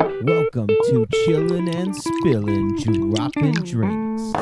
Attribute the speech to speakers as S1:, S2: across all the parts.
S1: Welcome to Chillin' and Spillin', Droppin' Drinks.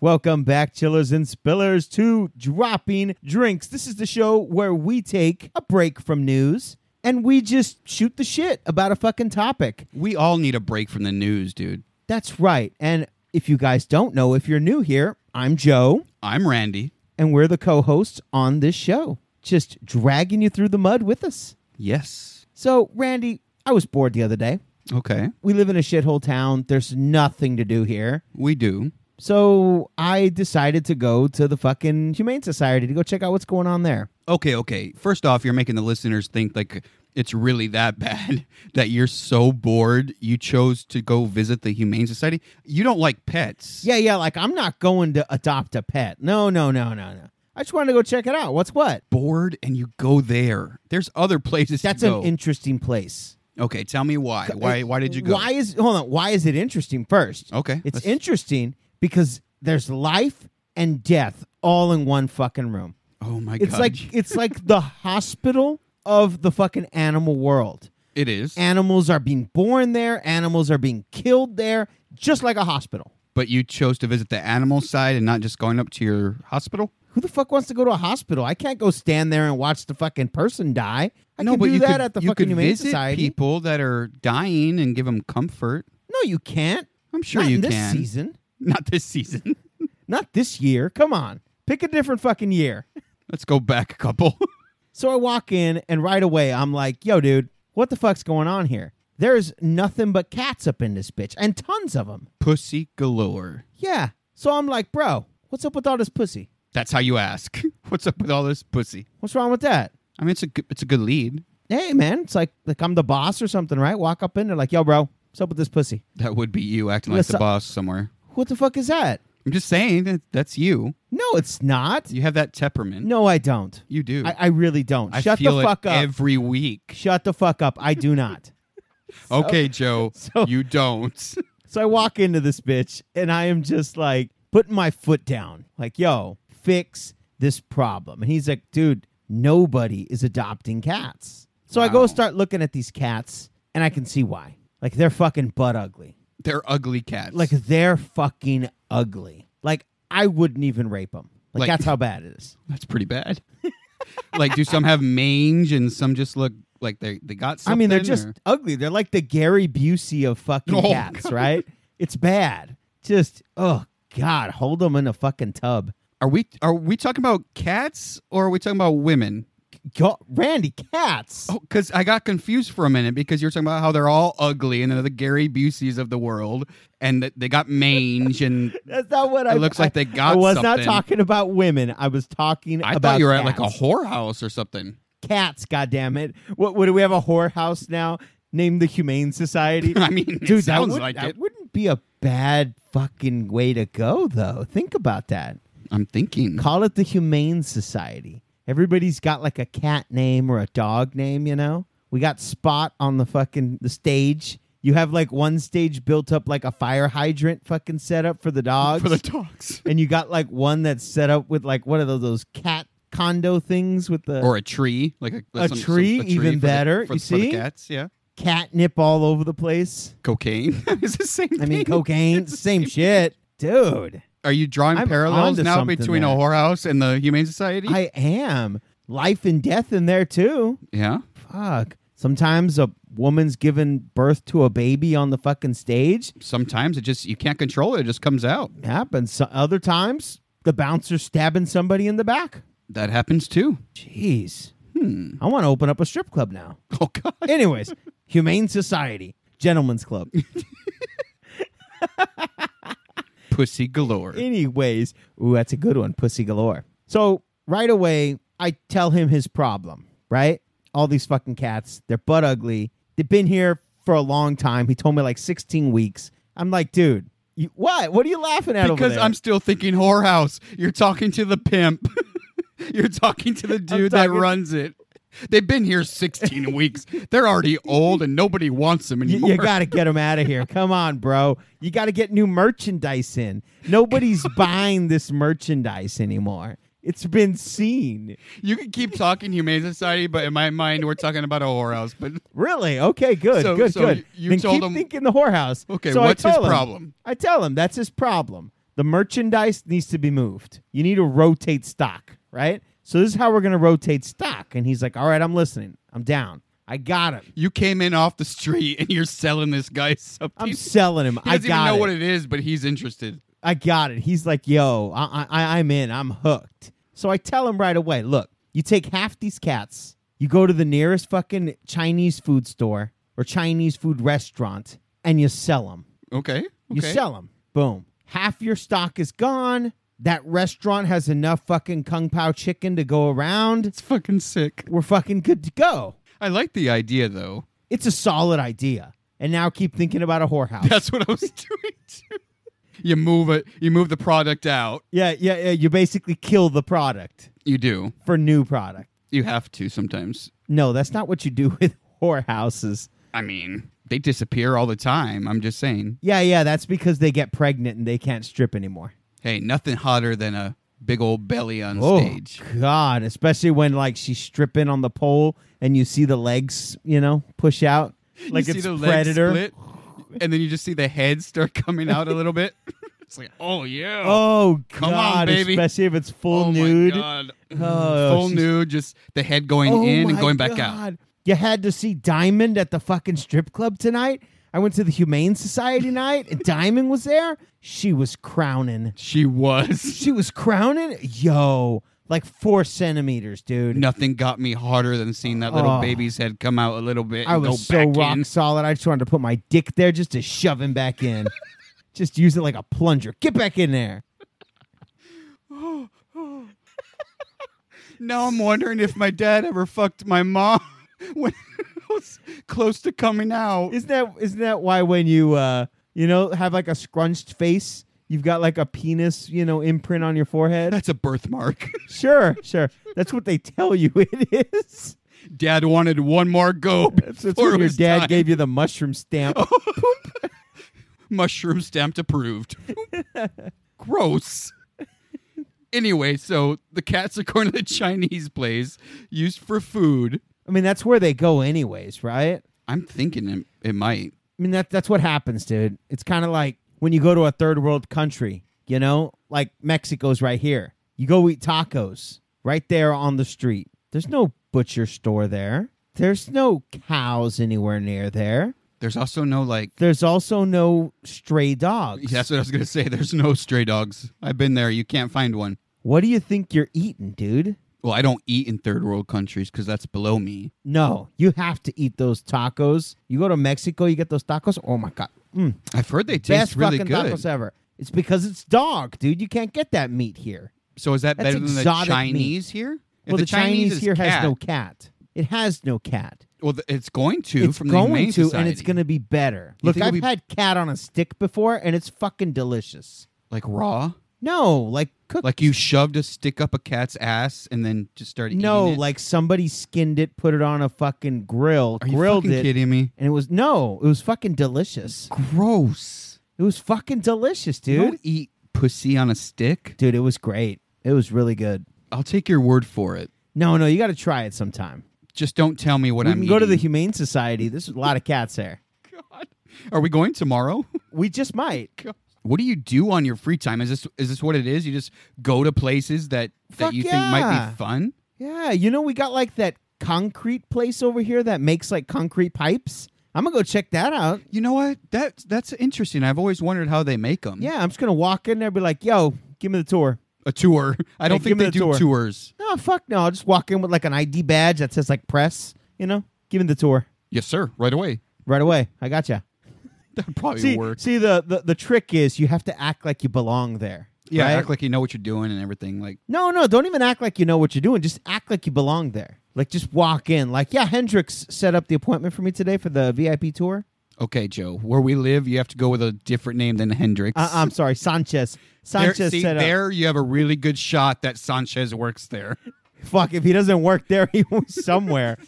S1: Welcome back, chillers and spillers, to Dropping Drinks. This is the show where we take a break from news and we just shoot the shit about a fucking topic.
S2: We all need a break from the news, dude.
S1: That's right. And if you guys don't know, if you're new here, I'm Joe,
S2: I'm Randy.
S1: and we're the co hosts on this show, just dragging you through the mud with us.
S2: Yes.
S1: So, Randy, I was bored the other day.
S2: Okay.
S1: We live in a shithole town. There's nothing to do here.
S2: We do.
S1: So I decided to go to the fucking Humane Society to go check out what's going on there.
S2: Okay, okay. First off, you're making the listeners think like it's really that bad that you're so bored you chose to go visit the Humane Society. You don't like pets.
S1: Yeah, yeah, like I'm not going to adopt a pet. No, no, no, no, no. I just wanted to go check it out. What's what?
S2: Bored and you go there. There's other places
S1: That's
S2: to go.
S1: an interesting place.
S2: okay, tell me why. Why why did you go? Oh,
S1: Why is hold on? Why is it interesting? First,
S2: Okay,
S1: it's
S2: let's-
S1: interesting because there's life and death all in one fucking room.
S2: Oh my
S1: It's
S2: god.
S1: like it's like the hospital of the fucking animal world.
S2: it is.
S1: Animals are being born there. Animals are being killed there, just like a hospital.
S2: but you chose to visit the animal side and not just going up to your hospital?
S1: Who the fuck wants to go to a hospital? I can't go stand there and watch the fucking person die. I
S2: no,
S1: can
S2: but
S1: do
S2: you
S1: that
S2: could,
S1: at the
S2: you
S1: fucking
S2: could
S1: Humane
S2: visit
S1: Society.
S2: people that are dying and give them comfort.
S1: No, you can't.
S2: I'm sure
S1: Not
S2: you
S1: in this
S2: can.
S1: season.
S2: Not this season.
S1: Not this year. Come on. Pick a different fucking year.
S2: Let's go back a couple.
S1: So I walk in and right away I'm like, yo, dude, what the fuck's going on here? There's nothing but cats up in this bitch and tons of them.
S2: Pussy galore.
S1: Yeah. So I'm like, bro, what's up with all this pussy?
S2: That's how you ask. What's up with all this pussy?
S1: What's wrong with that?
S2: I mean, it's a good, it's a good lead.
S1: Hey, man, it's like, like I'm the boss or something, right? Walk up in there like, yo, bro, what's up with this pussy?
S2: That would be you acting
S1: Let's-
S2: like the boss somewhere.
S1: What the fuck is that?
S2: I'm just saying that that's you.
S1: No, it's not.
S2: You have that temperament.
S1: No, I don't.
S2: you do.
S1: I, I really don't.
S2: I
S1: Shut
S2: feel
S1: the
S2: it
S1: fuck up.
S2: every week.
S1: Shut the fuck up. I do not.
S2: okay, Joe,
S1: so-
S2: you don't.
S1: so I walk into this bitch and I am just like putting my foot down, like, yo, fix this problem. And he's like, dude, nobody is adopting cats. So I go
S2: Wow.
S1: start looking at these cats and I can see why. Like, they're fucking butt ugly.
S2: They're ugly cats.
S1: Like, they're fucking ugly. Like, I wouldn't even rape them. Like,
S2: Like-
S1: that's how bad it is.
S2: that's pretty bad. like, do some have mange and some just look like they they got
S1: I
S2: something?
S1: mean, they're just
S2: or-
S1: ugly. They're like the Gary Busey of fucking
S2: Oh,
S1: cats,
S2: God.
S1: right? It's bad. Just oh god, hold them in a fucking tub.
S2: Are we are we talking about cats or are we talking about women?
S1: Go, Randy, cats.
S2: Oh, because I got confused for a minute because you were talking about how they're all ugly and they're the Gary Buseys of the world and that they got mange and
S1: That's not what I.
S2: looks like they got
S1: I was not
S2: something.
S1: talking about women. I was talking
S2: I
S1: about
S2: thought you were
S1: cats.
S2: at like a whorehouse or something.
S1: cats. Goddamn it! What, what do we have a whorehouse now named the Humane Society?
S2: I mean, it
S1: Dude, that
S2: sounds
S1: would-
S2: like
S1: that
S2: it.
S1: wouldn't be a bad fucking way to go, though. Think about that.
S2: I'm thinking.
S1: call it the Humane Society. Everybody's got like a cat name or a dog name, you know? We got Spot on the fucking the stage. You have like one stage built up like a fire hydrant fucking set up for the dogs.
S2: for the dogs.
S1: and you got like one that's set up with like what are those those cat condo things with the
S2: Or a tree, like a,
S1: A tree, even
S2: for the-
S1: better.
S2: for,
S1: You
S2: for
S1: see?
S2: the cats, yeah.
S1: catnip all over the place.
S2: Cocaine is the same.
S1: I mean
S2: thing.
S1: cocaine, same shit. Dude,
S2: Are you drawing
S1: I'm
S2: parallels
S1: onto
S2: now
S1: something
S2: between
S1: there.
S2: a whorehouse and the Humane Society?
S1: I am. Life and death in there too.
S2: yeah.
S1: fuck. Sometimes a woman's given birth to a baby on the fucking stage.
S2: Sometimes it just you can't control it; it just comes out.
S1: Happens. So- Other times, the bouncer's stabbing somebody in the back.
S2: That happens too.
S1: Jeez. Hmm. I want to open up a strip club now.
S2: Oh God.
S1: Anyways, Humane Society, Gentlemen's Club.
S2: Pussy galore.
S1: Anyways, ooh, that's a good one, Pussy Galore. So right away, I tell him his problem, right? All these fucking cats, they're butt ugly. They've been here for a long time. He told me like 16 weeks. I'm like, dude, you, what? What are you laughing at over
S2: because
S1: there?
S2: I'm still thinking whorehouse. You're talking to the pimp. You're talking to the dude that
S1: talking-
S2: runs it. They've been here 16 weeks. They're already old and nobody wants them
S1: You,
S2: anymore.
S1: you got to get them out of here. Come on, bro. You got to get new merchandise in. Nobody's buying this merchandise anymore. It's been seen.
S2: You can keep talking Humane Society, but in my mind, we're talking about a whorehouse. But
S1: Really? Okay, good,
S2: So-
S1: good,
S2: so
S1: good.
S2: you- you
S1: then
S2: told
S1: keep
S2: him-
S1: thinking the whorehouse.
S2: okay,
S1: So I
S2: what's his
S1: told him-
S2: problem?
S1: I tell him that's his problem. The merchandise needs to be moved. You need to rotate stock, right? So this is how we're going to rotate stock. And he's like, all right, I'm listening. I'm down. I got him.
S2: You came in off the street and you're selling this guy something.
S1: I'm selling him.
S2: he
S1: I
S2: doesn't
S1: got
S2: even know
S1: it.
S2: what it is, but he's interested.
S1: I got it. He's like, yo, I, I, I'm in. I'm hooked. So I tell him right away look, you take half these cats, you go to the nearest fucking Chinese food store or Chinese food restaurant, and you sell them.
S2: Okay.
S1: You
S2: okay.
S1: sell them. Boom. Half your stock is gone. That restaurant has enough fucking Kung Pao chicken to go around.
S2: It's fucking sick.
S1: We're fucking good to go.
S2: I like the idea though.
S1: It's a solid idea. And now keep thinking about a whorehouse.
S2: That's what I was doing too. You move it. You move the product out.
S1: Yeah, yeah, yeah. You basically kill the product
S2: You do.
S1: for new product.
S2: You have to sometimes.
S1: No, that's not what you do with whorehouses.
S2: I mean, they disappear all the time. I'm just saying.
S1: Yeah, yeah, that's because they get pregnant and they can't strip anymore.
S2: Hey, nothing hotter than a big old belly on stage.
S1: Oh God, especially when like she's stripping on the pole and you see the legs, you know, push out like
S2: you
S1: it's
S2: see the legs
S1: predator.
S2: split, and then you just see the head start coming out a little bit. It's like, oh yeah,
S1: Oh
S2: Come on,
S1: God,
S2: baby.
S1: especially if it's full
S2: Oh,
S1: nude.
S2: my god,
S1: Oh,
S2: full
S1: she's-
S2: nude, just the head going
S1: Oh,
S2: in and
S1: my
S2: going back out.
S1: God. You had to see Diamond at the fucking strip club tonight. I went to the Humane Society night and Diamond was there. She was crowning.
S2: She was.
S1: She was crowning, yo, like four centimeters, dude.
S2: Nothing got me harder than seeing that little
S1: Oh.
S2: baby's head come out a little bit.
S1: I
S2: and go
S1: was so
S2: back
S1: rock
S2: in.
S1: solid. I just wanted to put my dick there just to shove him back in. just use it like a plunger. Get back in there.
S2: Now I'm wondering if my dad ever fucked my mom when I was close to coming out.
S1: Isn't that isn't that why when you uh you know have like a scrunched face, you've got like a penis, you know, imprint on your forehead?
S2: That's a birthmark.
S1: sure, sure. That's what they tell you it is.
S2: Dad wanted one more go.
S1: That's, that's
S2: before
S1: when
S2: it
S1: your
S2: was
S1: dad
S2: time.
S1: gave you the mushroom stamp.
S2: mushroom stamped approved. Gross. Anyway, so the cats, according to the Chinese place, used for food.
S1: I mean, that's where they go anyways, right?
S2: I'm thinking it, it might.
S1: I mean that that's what happens, dude. It's kind of like when you go to a third world country, you know, like Mexico's right here. You go eat tacos right there on the street. There's no butcher store there. There's no cows anywhere near there.
S2: There's also no like.
S1: There's also no stray dogs.
S2: That's what I was gonna say. There's no stray dogs. I've been there. You can't find one.
S1: What do you think you're eating, dude?
S2: Well, I don't eat in third world countries because that's below me.
S1: No, you have to eat those tacos. You go to Mexico, you get those tacos. Oh my god, mm,
S2: I've heard they
S1: best
S2: taste really
S1: fucking
S2: good.
S1: tacos ever. It's because it's dog, dude. You can't get that meat here.
S2: So is that
S1: That's
S2: better than the
S1: exotic meat.
S2: Chinese here? If
S1: well, the, Chinese,
S2: is
S1: here
S2: cat-
S1: has no cat. It has no cat.
S2: Well, th- it's going to
S1: it's
S2: from the
S1: going
S2: Humane
S1: to, and it's
S2: Society.
S1: going to be better.
S2: You
S1: Look,
S2: think it'll
S1: I've
S2: be-
S1: had cat on a stick before, and it's fucking delicious.
S2: like raw.
S1: No, like cooked.
S2: Like you shoved a stick up a cat's ass and then just started
S1: no,
S2: eating it?
S1: like somebody skinned it, put it on a fucking grill,
S2: Are you
S1: grilled
S2: fucking
S1: it,
S2: kidding me?
S1: and it was no, it was fucking delicious.
S2: Gross.
S1: It was fucking delicious,
S2: You
S1: dude.
S2: don't eat pussy on a stick.
S1: Dude, it was great. It was really good.
S2: I'll take your word for it.
S1: No, no, you got to try it sometime.
S2: Just don't tell me what
S1: we
S2: I'm
S1: can go to the
S2: eating.
S1: Humane Society. There's a lot of cats there.
S2: God. Are we going tomorrow?
S1: We just might.
S2: God. What do you do on your free time? Is this is this what it is? You just go to places that
S1: Fuck
S2: that you think might
S1: yeah.
S2: be fun?
S1: Yeah, you know we got like that concrete place over here that makes like concrete pipes. I'm gonna go check that out.
S2: You know what? That that's interesting. I've always wondered how they make them.
S1: Yeah, I'm just gonna walk in there and be like, "Yo, give me the tour."
S2: A tour. I don't
S1: Hey, give
S2: think
S1: me
S2: they
S1: the
S2: do
S1: tour.
S2: tours.
S1: No, fuck no. I'll just walk in with like an ID badge that says like press. You know, give me the tour
S2: Yes, sir. Right away.
S1: right away. I gotcha.
S2: That probably
S1: See,
S2: works.
S1: see the, the the trick is you have to act like you belong there.
S2: Yeah,
S1: right?
S2: act like you know what you're doing and everything. Like
S1: No, no, don't even act like you know what you're doing. Just act like you belong there. Like just walk in. Like, yeah, Hendrix set up the appointment for me today for the VIP tour.
S2: Okay, Joe. Where we live, you have to go with a different name than Hendrix.
S1: Uh, I'm sorry, Sanchez.
S2: there,
S1: Sanchez
S2: see,
S1: set up.
S2: there you have a really good shot that Sanchez works there.
S1: Fuck, if he doesn't work there, he was somewhere.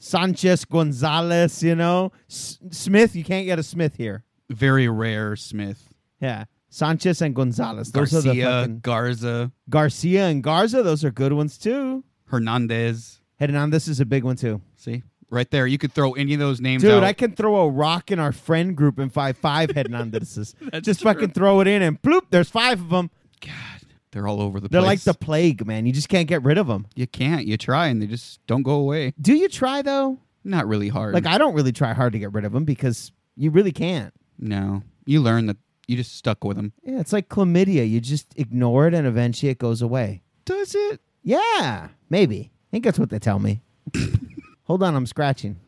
S1: Sanchez Gonzalez, you know S- Smith. You can't get a Smith here.
S2: Very rare, Smith.
S1: Yeah, Sanchez and Gonzalez. Those are the
S2: Garcia,
S1: fucking
S2: Garza,
S1: Garcia and Garza. Those are good ones too.
S2: Hernandez.
S1: Hernandez is a big one too.
S2: See, right there, you could throw any of those names
S1: Dude,
S2: out.
S1: I can throw a rock in our friend group and find five Hernandezes.
S2: That's
S1: Just
S2: true.
S1: fucking throw it in and bloop, there's five of them.
S2: God, they're all over the
S1: They're
S2: place.
S1: like the plague, man. You just can't get rid of them.
S2: you can't. You try and they just don't go away.
S1: Do you try though?
S2: Not really hard.
S1: Like I don't really try hard to get rid of them because you really can't.
S2: no, you learn that you just stuck with them.
S1: Yeah, it's like chlamydia. You just ignore it and eventually it goes away.
S2: Does it?
S1: Yeah, maybe. I think that's what they tell me. Hold on, I'm scratching.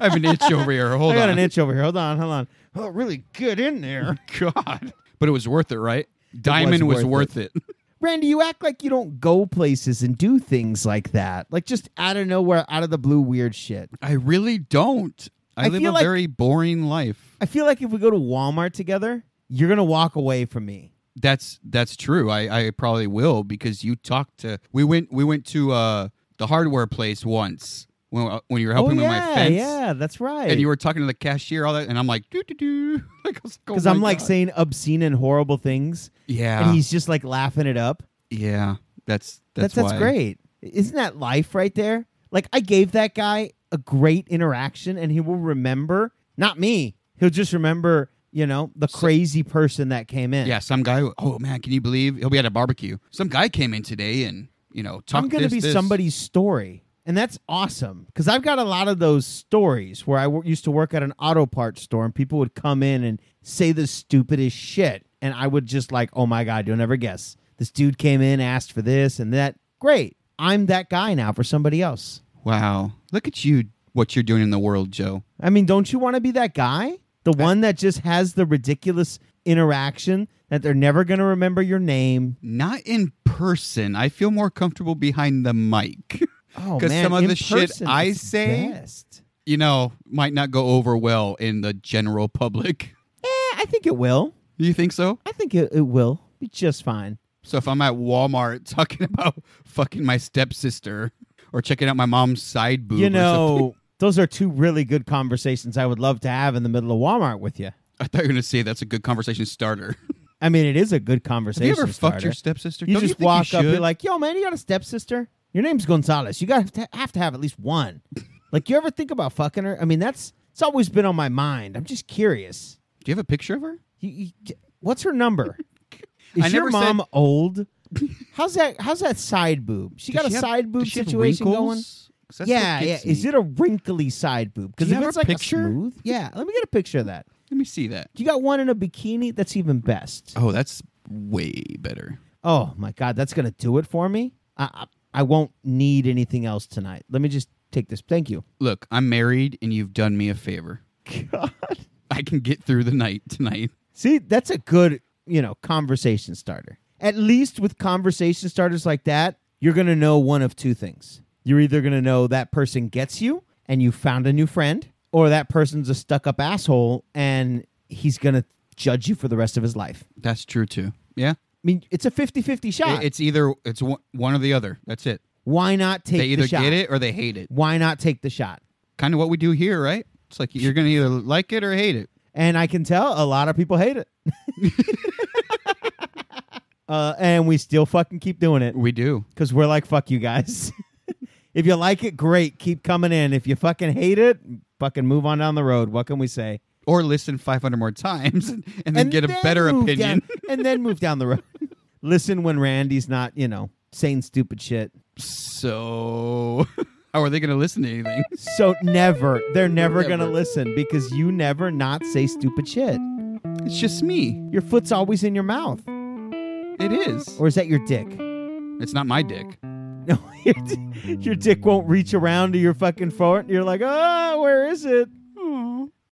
S2: I have an itch over here. Hold
S1: I got an
S2: on.
S1: itch over here. Hold on, hold on. Oh, really good in there.
S2: God, but it was worth it, right? Diamond was,
S1: worth
S2: worth it.
S1: Randy, you act like you don't go places and do things like that. Like just out of nowhere, out of the blue, weird shit.
S2: I really don't. I,
S1: I
S2: live
S1: feel
S2: a
S1: like-
S2: very boring life.
S1: I feel like if we go to Walmart together, you're going to walk away from me.
S2: That's that's true. I, I probably will because you talked to. We went we went to uh, the hardware place once when uh, when you were helping
S1: oh,
S2: with
S1: yeah,
S2: my fence.
S1: yeah, that's right.
S2: And you were talking to the cashier, all that, and I'm like, doo doo doo, like, I was like, oh
S1: because
S2: my
S1: I'm like
S2: God.
S1: saying obscene and horrible things,
S2: yeah,
S1: and he's just like laughing it up.
S2: yeah, that's
S1: That's
S2: that's
S1: that's
S2: why.
S1: great. Isn't that life right there? Like I gave that guy a great interaction, and he will remember not me. He'll just remember, you know, the crazy person that came in.
S2: Yeah, some guy. Oh man, can you believe he'll be at a barbecue? Some guy came in today and you know talked.
S1: I'm going to
S2: this,
S1: be
S2: this.
S1: somebody's story. And that's awesome because I've got a lot of those stories where I w- used to work at an auto parts store and people would come in and say the stupidest shit. And I would just like, oh my God, you'll never guess. This dude came in, asked for this and that. Great. I'm that guy now for somebody else.
S2: Wow, look at you! What you're doing in the world, Joe?
S1: I mean, don't you want to be that guy? The one that just has the ridiculous interaction that they're never going to remember your name.
S2: Not in person. I feel more comfortable behind the mic.
S1: Oh,
S2: 'Cause
S1: man.
S2: some of
S1: in
S2: the shit
S1: person,
S2: I
S1: it's
S2: say-
S1: best.
S2: you know, might not go over well in the general public.
S1: Eh, I think it will.
S2: You think so?
S1: I think it, it will be just fine.
S2: So if I'm at Walmart talking about fucking my stepsister or checking out my mom's side boob,
S1: you
S2: or something-
S1: know, those are two really good conversations I would love to have in the middle of Walmart with you.
S2: I thought you were gonna say that's a good conversation starter.
S1: I mean, it is a good
S2: Have
S1: conversation.
S2: you ever fucked
S1: starter.
S2: your stepsister?
S1: You
S2: Don't
S1: just
S2: think
S1: walk up,
S2: should?
S1: you're like, "Yo, man, you got a stepsister? Your name's Gonzalez. You got to have to have at least one." like, you ever think about fucking her? I mean, that's it's always been on my mind. I'm just curious.
S2: Do you have a picture of her?
S1: You, you, what's her number? Is
S2: I
S1: your
S2: never
S1: mom
S2: said-
S1: old? How's that? How's that side boob? She got
S2: Does
S1: a
S2: she have-
S1: side boob
S2: does she have
S1: situation going.
S2: wrinkles? 'Cause that's what
S1: yeah, yeah.
S2: gets
S1: Is
S2: me.
S1: it a wrinkly side boob? Because
S2: Do you
S1: if
S2: have
S1: it's
S2: a
S1: like
S2: picture?
S1: a smooth, yeah. Let me get a picture of that.
S2: Let me see that.
S1: You got one in a bikini. That's even best.
S2: Oh, that's way better.
S1: Oh my god, that's gonna do it for me. I I, I won't need anything else tonight. Let me just take this. Thank you.
S2: Look, I'm married, and you've done me a favor.
S1: God.
S2: I can get through the night tonight.
S1: See, that's a good you know conversation starter. At least with conversation starters like that, you're gonna know one of two things. You're either gonna know that person gets you and you found a new friend, or that person's a stuck up asshole and he's gonna judge you for the rest of his life.
S2: That's true too. Yeah,
S1: I mean, it's a 50-50 shot.
S2: It- it's either it's one, one or the other. That's it.
S1: Why not take
S2: they either
S1: the shot?
S2: get it or they hate it.
S1: Why not take the shot?
S2: Kind of what we do here, right? It's like you're gonna either like it or hate it.
S1: And I can tell a lot of people hate it. uh, and we still fucking keep doing it
S2: We do.
S1: because we're like, fuck you guys. if you like it, great. Keep coming in. If you fucking hate it, fucking move on down the road. What can we say?
S2: Or listen 500 more times and, and then get a better
S1: move
S2: opinion.
S1: down- and then move down the road. Listen when Randy's not, you know, saying stupid shit.
S2: So, how are they gonna listen to anything?
S1: So never, they're never going to
S2: Never.
S1: listen because you never not say stupid shit.
S2: It's just me.
S1: Your foot's always in your mouth.
S2: It is.
S1: Or is that your dick?
S2: It's not my dick.
S1: No, your, d- your dick won't reach around to your fucking phone. You're like, ah, where is it?